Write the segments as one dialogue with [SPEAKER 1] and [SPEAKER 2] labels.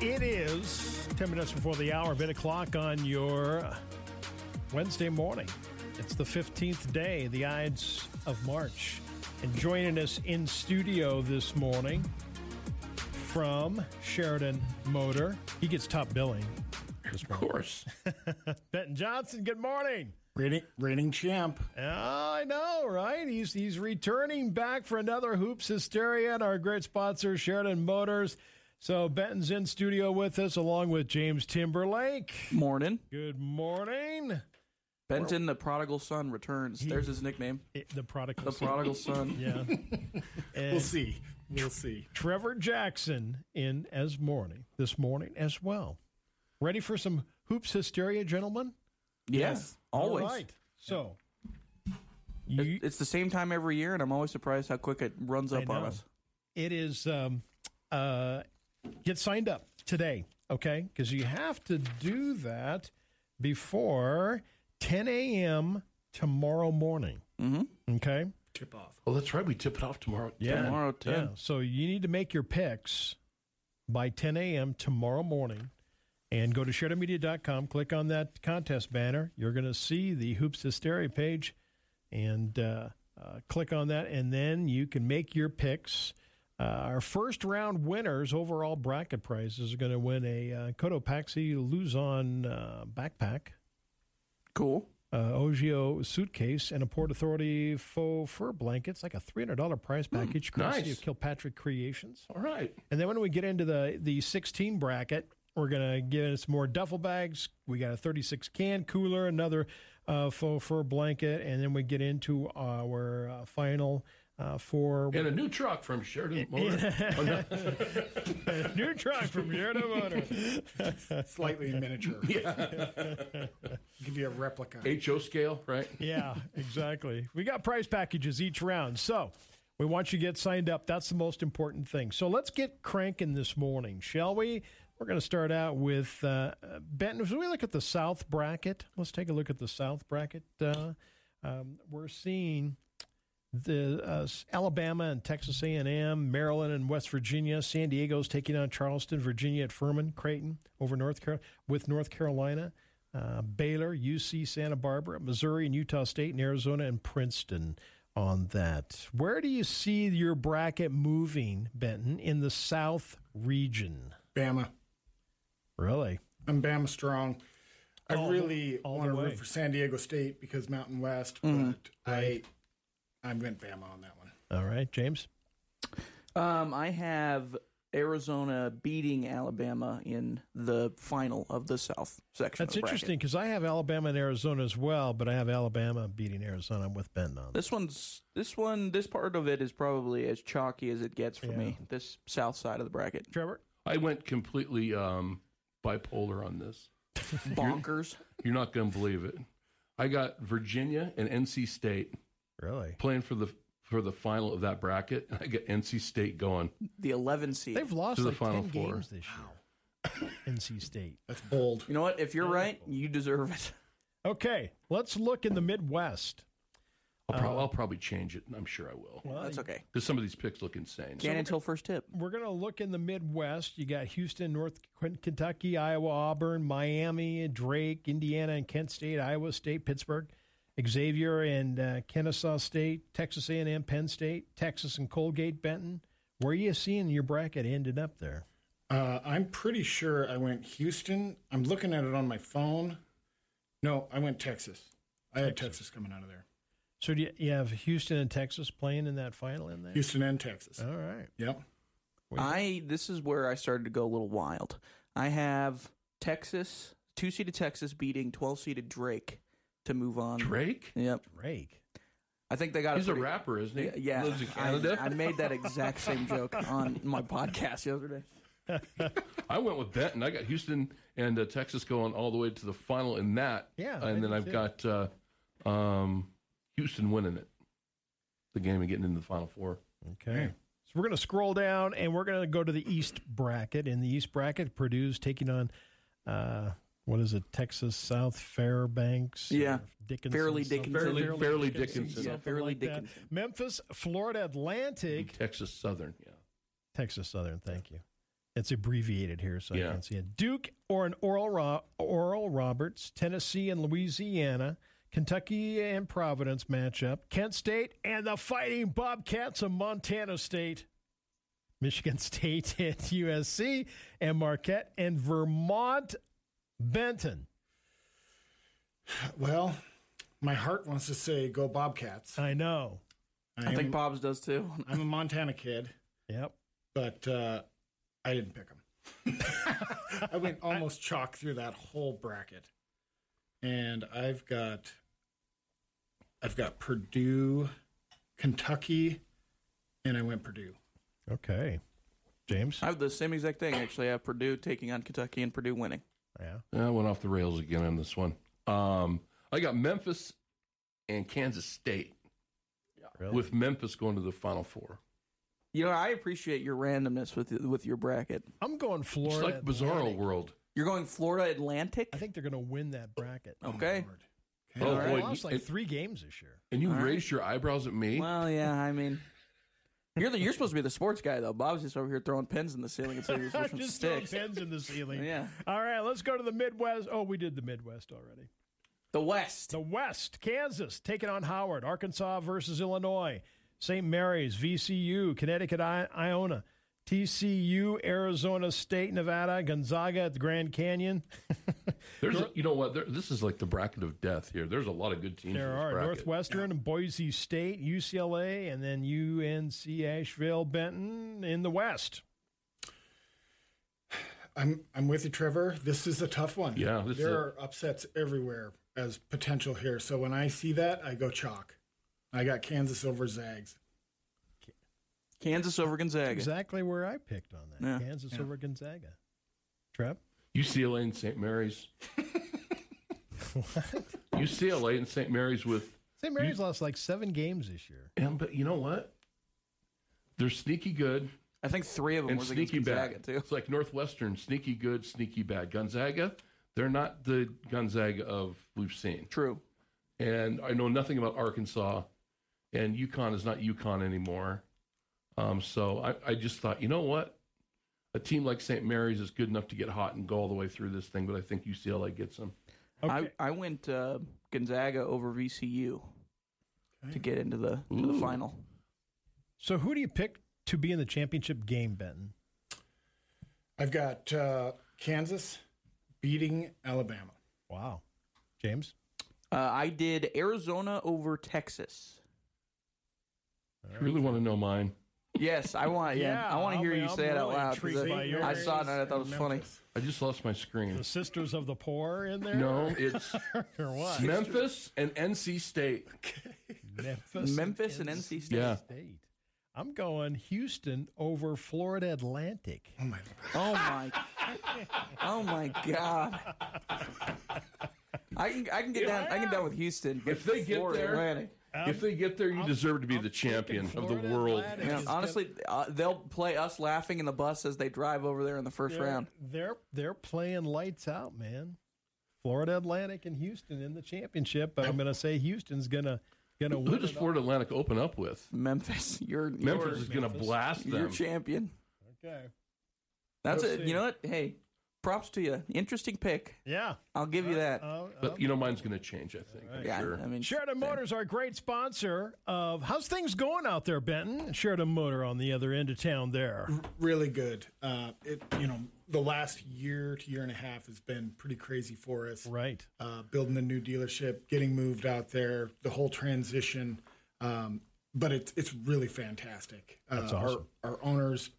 [SPEAKER 1] It is 10 minutes before the hour, mid o'clock on your Wednesday morning. It's the 15th day, the Ides of March. And joining us in studio this morning from Sheridan Motor, he gets top billing.
[SPEAKER 2] Of course.
[SPEAKER 1] Benton Johnson, good morning.
[SPEAKER 3] Reading, reading champ.
[SPEAKER 1] Ah, I know, right? He's he's returning back for another hoops hysteria and our great sponsor Sheridan Motors. So Benton's in studio with us along with James Timberlake.
[SPEAKER 2] Morning.
[SPEAKER 1] Good morning.
[SPEAKER 2] Benton, the prodigal son, returns. There's his nickname.
[SPEAKER 1] It- Eh, the prodigal.
[SPEAKER 2] The
[SPEAKER 1] son.
[SPEAKER 2] prodigal son.
[SPEAKER 1] Yeah.
[SPEAKER 3] We'll
[SPEAKER 1] and
[SPEAKER 3] see. We'll see.
[SPEAKER 1] Trevor Jackson in as morning this morning as well. Ready for some hoops hysteria, gentlemen?
[SPEAKER 2] Yes. Always.
[SPEAKER 1] All right. So you,
[SPEAKER 2] It- It's the same time every year, and I'm always surprised how quick it runs up on
[SPEAKER 1] know.
[SPEAKER 2] us.
[SPEAKER 1] it is um, uh, get signed up today, okay? Because you have to do that before 10 a.m. tomorrow morning. Mm-hmm. Okay.
[SPEAKER 3] Tip off.
[SPEAKER 4] Oh, that's right. We tip it off tomorrow.
[SPEAKER 1] Yeah.
[SPEAKER 2] Tomorrow, 10.
[SPEAKER 1] Yeah. So you need to make your picks by 10 a.m. tomorrow morning and go to sharedmedia.com, click on that contest banner. You're going to see the Hoops Hysteria page and uh, uh, click on that, and then you can make your picks. Uh, our first round winners, overall bracket prizes, are going to win a uh, Cotopaxi Luzon uh, backpack,
[SPEAKER 2] Cool.
[SPEAKER 1] uh, Ogio suitcase, and a Port Authority faux fur blanket. It's like a $300 prize package courtesy
[SPEAKER 4] nice.
[SPEAKER 1] of Kilpatrick Creations.
[SPEAKER 4] All right.
[SPEAKER 1] And then when we get into the the 16 bracket, we're gonna get some more duffel bags. We got a 36 can cooler, another uh, faux fur blanket, and then we get into our uh, final uh, four
[SPEAKER 4] And a new truck from Sheridan Motor. Oh, no.
[SPEAKER 1] new truck from here to Motor.
[SPEAKER 3] Slightly miniature. Give you a replica.
[SPEAKER 4] HO scale, right?
[SPEAKER 1] Yeah, exactly. We got price packages each round, so we want you to get signed up. That's the most important thing. So let's get cranking this morning, shall we? We're going to start out with uh, Benton. As we look at the South bracket, let's take a look at the South bracket. Uh, um, we're seeing the uh, Alabama and Texas A&M, Maryland and West Virginia. San Diego's taking on Charleston, Virginia at Furman, Creighton over North Car- with North Carolina, uh, Baylor, UC Santa Barbara, Missouri and Utah State, and Arizona and Princeton. On that, where do you see your bracket moving, Benton, in the South region?
[SPEAKER 3] Bama.
[SPEAKER 1] Really?
[SPEAKER 3] I'm Bama strong. I
[SPEAKER 1] All the-
[SPEAKER 3] really
[SPEAKER 1] all the
[SPEAKER 3] want to
[SPEAKER 1] way. Mm.
[SPEAKER 3] root for San Diego State because Mountain West, but I, I'm going Bama on that one.
[SPEAKER 1] All right, James.
[SPEAKER 2] Um, I have Arizona beating Alabama in the final of the South section. of
[SPEAKER 1] That's
[SPEAKER 2] the bracket.
[SPEAKER 1] interesting because I have Alabama and Arizona as well, but I have Alabama beating Arizona. I'm with Benton on that.
[SPEAKER 2] This one's this one this part of it is probably as chalky as it gets for me. This south side of the bracket.
[SPEAKER 1] Trevor.
[SPEAKER 4] I went completely um, bipolar on this.
[SPEAKER 2] Bonkers.
[SPEAKER 4] You're not going to believe it. I got Virginia and NC State
[SPEAKER 1] Really?
[SPEAKER 4] playing for the for the final of that bracket. I got NC State going.
[SPEAKER 2] The 11 seed.
[SPEAKER 1] They've lost
[SPEAKER 4] To the
[SPEAKER 1] like
[SPEAKER 4] Final
[SPEAKER 1] ten
[SPEAKER 4] Four.
[SPEAKER 1] games this year. NC State.
[SPEAKER 3] That's bold.
[SPEAKER 2] You know what? If you're right, you deserve it.
[SPEAKER 1] Okay, let's look in the Midwest.
[SPEAKER 4] I'll, prob- I'll probably change it. and I'm sure I will
[SPEAKER 2] That's okay.
[SPEAKER 4] because some of these picks look insane.
[SPEAKER 2] Can't until first tip.
[SPEAKER 1] We're going to look in the Midwest. You got Houston, North Qu- Kentucky, Iowa, Auburn, Miami, Drake, Indiana, and Kent State, Iowa State, Pittsburgh, Xavier and uh, Kennesaw State, Texas A&M, Penn State, Texas and Colgate, Benton. Where are you seeing your bracket ended up there?
[SPEAKER 3] Uh, I'm pretty sure I went Houston. I'm looking at it on my phone. No, I went Texas. I had Texas coming out of there.
[SPEAKER 1] So do you, you have Houston and Texas playing in that final in there?
[SPEAKER 3] Houston and Texas.
[SPEAKER 1] All right.
[SPEAKER 3] Yep.
[SPEAKER 2] I this is where I started to go a little wild. I have Texas, two seeded Texas beating 12 seeded Drake to move on.
[SPEAKER 4] Drake,
[SPEAKER 2] Yep.
[SPEAKER 1] Drake.
[SPEAKER 2] I think they got
[SPEAKER 4] he's a
[SPEAKER 2] pretty-
[SPEAKER 4] rapper, isn't he?
[SPEAKER 2] Yeah,
[SPEAKER 4] lives in
[SPEAKER 2] I-
[SPEAKER 4] Canada.
[SPEAKER 2] I, made that exact same joke on my podcast yesterday.
[SPEAKER 4] I went with Benton. I got Houston and uh, Texas going all the way to the final in that.
[SPEAKER 1] Yeah, I
[SPEAKER 4] and then
[SPEAKER 1] did
[SPEAKER 4] I've
[SPEAKER 1] too.
[SPEAKER 4] got uh, um, Houston winning it, the game and getting into the final four.
[SPEAKER 1] Okay. So we're going to scroll down and we're going to go to the East bracket. In the East bracket, Purdue's taking on, uh, what is it, Texas South Fairbanks? or
[SPEAKER 2] Yeah.
[SPEAKER 1] Dickinson.
[SPEAKER 2] Fairleigh
[SPEAKER 1] something-
[SPEAKER 2] Dickinson. Fairleigh-
[SPEAKER 4] Fairleigh
[SPEAKER 2] Dickinson. Yeah,
[SPEAKER 1] something
[SPEAKER 2] Fairleigh
[SPEAKER 1] like that.
[SPEAKER 2] Dickinson.
[SPEAKER 1] Memphis, Florida Atlantic,
[SPEAKER 4] Texas Southern. Yeah,
[SPEAKER 1] Texas Southern. Thank you. It's abbreviated here, so
[SPEAKER 4] Yeah.
[SPEAKER 1] I can't see it. Duke or an Oral, Ro- Oral Roberts, Tennessee and Louisiana, Kentucky and Providence matchup, Kent State and the Fighting Bobcats of Montana State, Michigan State and USC, and Marquette and Vermont Benton.
[SPEAKER 3] Well, my heart wants to say go Bobcats.
[SPEAKER 1] I know.
[SPEAKER 3] I,
[SPEAKER 2] I
[SPEAKER 3] am,
[SPEAKER 2] think Bob's does too.
[SPEAKER 3] I'm a Montana kid,
[SPEAKER 1] Yep.
[SPEAKER 3] but uh, I didn't pick them. I went almost chalk through that whole bracket, and I've got, I've got Purdue, Kentucky, and I went Purdue.
[SPEAKER 1] Okay. James?
[SPEAKER 2] I have the same exact thing actually. I have Purdue taking on Kentucky and Purdue winning.
[SPEAKER 1] Yeah.
[SPEAKER 4] I went off the rails again on this one. Um, I got Memphis and Kansas State
[SPEAKER 1] Really?
[SPEAKER 4] with Memphis going to the Final Four.
[SPEAKER 2] You know, I appreciate your randomness with with your bracket.
[SPEAKER 1] I'm going
[SPEAKER 4] It's
[SPEAKER 1] Florida.
[SPEAKER 4] like Bizarro
[SPEAKER 1] Atlantic.
[SPEAKER 4] World.
[SPEAKER 2] You're going Florida Atlantic.
[SPEAKER 1] I think they're going to win that bracket.
[SPEAKER 3] Oh, my
[SPEAKER 2] Okay.
[SPEAKER 3] Lord.
[SPEAKER 4] Oh,
[SPEAKER 1] They
[SPEAKER 4] boy.
[SPEAKER 1] lost like
[SPEAKER 4] It-
[SPEAKER 1] three games this year.
[SPEAKER 4] And you
[SPEAKER 2] All right.
[SPEAKER 4] raised your eyebrows at me.
[SPEAKER 2] Well, yeah. I mean, you're the, you're supposed to be the sports guy though. Bob's just over here throwing pins in the ceiling and saying you're supposed to
[SPEAKER 1] Just throwing
[SPEAKER 2] stick.
[SPEAKER 1] pins in the ceiling.
[SPEAKER 2] Yeah,
[SPEAKER 1] All right, let's go to the Midwest. Oh, we did the Midwest already.
[SPEAKER 2] the West.
[SPEAKER 1] The West, Kansas taking on Howard, Arkansas versus Illinois, St. Mary's, VCU, Connecticut, I- Iona, TCU, Arizona State, Nevada, Gonzaga at the Grand Canyon.
[SPEAKER 4] There's, a, you know what? There, this is like the bracket of death here. There's a lot of good teams.
[SPEAKER 1] There
[SPEAKER 4] in this
[SPEAKER 1] are
[SPEAKER 4] bracket.
[SPEAKER 1] Northwestern and Boise State, UCLA, and then UNC Asheville, Benton in the West.
[SPEAKER 3] I'm I'm with you, Trevor. This is a tough one.
[SPEAKER 4] Yeah, this is
[SPEAKER 3] there
[SPEAKER 4] a-
[SPEAKER 3] are upsets everywhere as potential here. So when I see that, I go chalk. I got Kansas over Zags.
[SPEAKER 2] Kansas over Gonzaga.
[SPEAKER 1] Exactly where I picked on that.
[SPEAKER 2] Yeah.
[SPEAKER 1] Kansas over Gonzaga. Trev?
[SPEAKER 4] UCLA and St. Mary's. UCLA and St. Mary's with
[SPEAKER 1] St. Mary's lost like seven games this year.
[SPEAKER 4] And but you know what? They're sneaky good
[SPEAKER 2] I think three of them
[SPEAKER 4] and
[SPEAKER 2] was
[SPEAKER 4] sneaky
[SPEAKER 2] against Gonzaga
[SPEAKER 4] bad.
[SPEAKER 2] too.
[SPEAKER 4] It's like Northwestern, sneaky good, sneaky bad. Gonzaga, they're not the Gonzaga of we've seen.
[SPEAKER 2] True.
[SPEAKER 4] And I know nothing about Arkansas, and UConn is not UConn anymore. Um, so I, I just thought, you know what? A team like St. Mary's is good enough to get hot and go all the way through this thing, but I think UCLA gets them.
[SPEAKER 1] Okay.
[SPEAKER 2] I I went uh, Gonzaga over VCU to get into the to the
[SPEAKER 4] Ooh.
[SPEAKER 2] final.
[SPEAKER 1] So who do you pick to be in the championship game, Benton?
[SPEAKER 3] I've got uh, Kansas beating Alabama.
[SPEAKER 1] Wow. James?
[SPEAKER 2] Uh, I did Arizona over Texas.
[SPEAKER 4] You really want to know mine?
[SPEAKER 2] Yes, I want. Yeah,
[SPEAKER 1] Yeah,
[SPEAKER 2] I want to
[SPEAKER 1] I'll
[SPEAKER 2] hear
[SPEAKER 1] be-
[SPEAKER 2] you
[SPEAKER 1] I'm
[SPEAKER 2] say it out
[SPEAKER 1] really
[SPEAKER 2] loud.
[SPEAKER 1] intrigued
[SPEAKER 2] 'cause
[SPEAKER 1] by
[SPEAKER 2] I-
[SPEAKER 1] yours.
[SPEAKER 2] I saw it and I thought it was
[SPEAKER 3] And
[SPEAKER 2] funny.
[SPEAKER 3] Memphis.
[SPEAKER 4] I just lost my screen.
[SPEAKER 1] The Sisters of the Poor in there?
[SPEAKER 4] No, it's
[SPEAKER 1] or what?
[SPEAKER 4] Memphis and NC State.
[SPEAKER 1] Memphis,
[SPEAKER 2] Memphis and NC State.
[SPEAKER 4] Yeah.
[SPEAKER 1] State. I'm going Houston over Florida Atlantic.
[SPEAKER 3] Oh my!
[SPEAKER 2] Oh my! oh my God! I can I can get down I can get down with Houston. but
[SPEAKER 4] If they get
[SPEAKER 2] Florida
[SPEAKER 4] there-
[SPEAKER 2] Atlantic.
[SPEAKER 4] if they get there, you deserve to be the champion of the
[SPEAKER 1] Florida
[SPEAKER 4] world.
[SPEAKER 1] Atlantic.
[SPEAKER 2] You know,
[SPEAKER 1] It's
[SPEAKER 2] honestly, uh, they'll play us laughing in the bus as they drive over there in the 1st round.
[SPEAKER 1] They're they're playing lights out, man. Florida Atlantic and Houston in the championship, but I'm going to say Houston's going to going to
[SPEAKER 4] Who
[SPEAKER 1] win.
[SPEAKER 4] does
[SPEAKER 1] it all.
[SPEAKER 4] Florida Atlantic open up with?
[SPEAKER 2] Memphis, you're
[SPEAKER 4] Memphis is going to
[SPEAKER 1] Memphis.
[SPEAKER 4] blast
[SPEAKER 2] you're, you're
[SPEAKER 4] them.
[SPEAKER 2] champion.
[SPEAKER 1] Okay.
[SPEAKER 2] That's
[SPEAKER 1] We'll
[SPEAKER 2] it.
[SPEAKER 1] see.
[SPEAKER 2] You know what? Hey, props to you. Interesting pick.
[SPEAKER 1] Yeah.
[SPEAKER 2] I'll give you that.
[SPEAKER 1] Uh,
[SPEAKER 4] But you know, mine's going to change. I think. I'm
[SPEAKER 2] yeah,
[SPEAKER 4] sure.
[SPEAKER 2] I mean,
[SPEAKER 1] Sheridan Motors, our great sponsor of how's things going out there, Benton? Sheridan Motor on the other end of town there.
[SPEAKER 3] Really good. Uh, it you know the last year to year and a half has been pretty crazy for us.
[SPEAKER 1] Right.
[SPEAKER 3] uh, building the new dealership, getting moved out there, the whole transition. Um, but it's it's really fantastic. Uh,
[SPEAKER 1] awesome.
[SPEAKER 3] Our, our owners,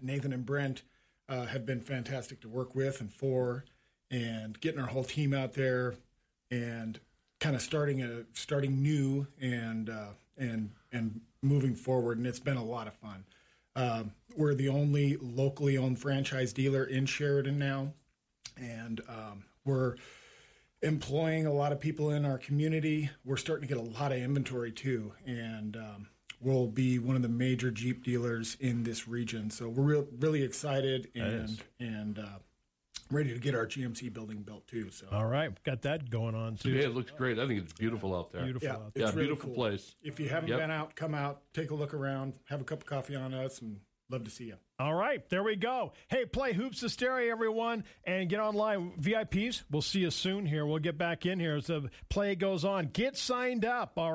[SPEAKER 3] Nathan and Brent, uh, have been fantastic to work with and for, and getting our whole team out there and kind of starting a starting new and uh, and and moving forward. And it's been a lot of fun. Um, we're the only locally owned franchise dealer in Sheridan now, and um, we're employing a lot of people in our community. We're starting to get a lot of inventory too, and um, we'll be one of the major Jeep dealers in this region. So we're real, really excited and and uh, ready to get our GMC building built too. So
[SPEAKER 1] All right, got that going on
[SPEAKER 4] Yeah,
[SPEAKER 1] too.
[SPEAKER 4] it looks great. I think it's beautiful out there.
[SPEAKER 1] Beautiful.
[SPEAKER 3] yeah,
[SPEAKER 1] out
[SPEAKER 3] it's
[SPEAKER 4] Yeah,
[SPEAKER 3] really
[SPEAKER 4] beautiful
[SPEAKER 3] cool.
[SPEAKER 4] place.
[SPEAKER 3] If you haven't
[SPEAKER 4] Yep.
[SPEAKER 3] been out, come out, take a look around, have a cup of coffee on us, and love to see you.
[SPEAKER 1] All right, there we go. Hey, play Hoops Hysteria, everyone, and get online. VIPs, we'll see you soon here. We'll get back in here as the play goes on. Get signed up. All right.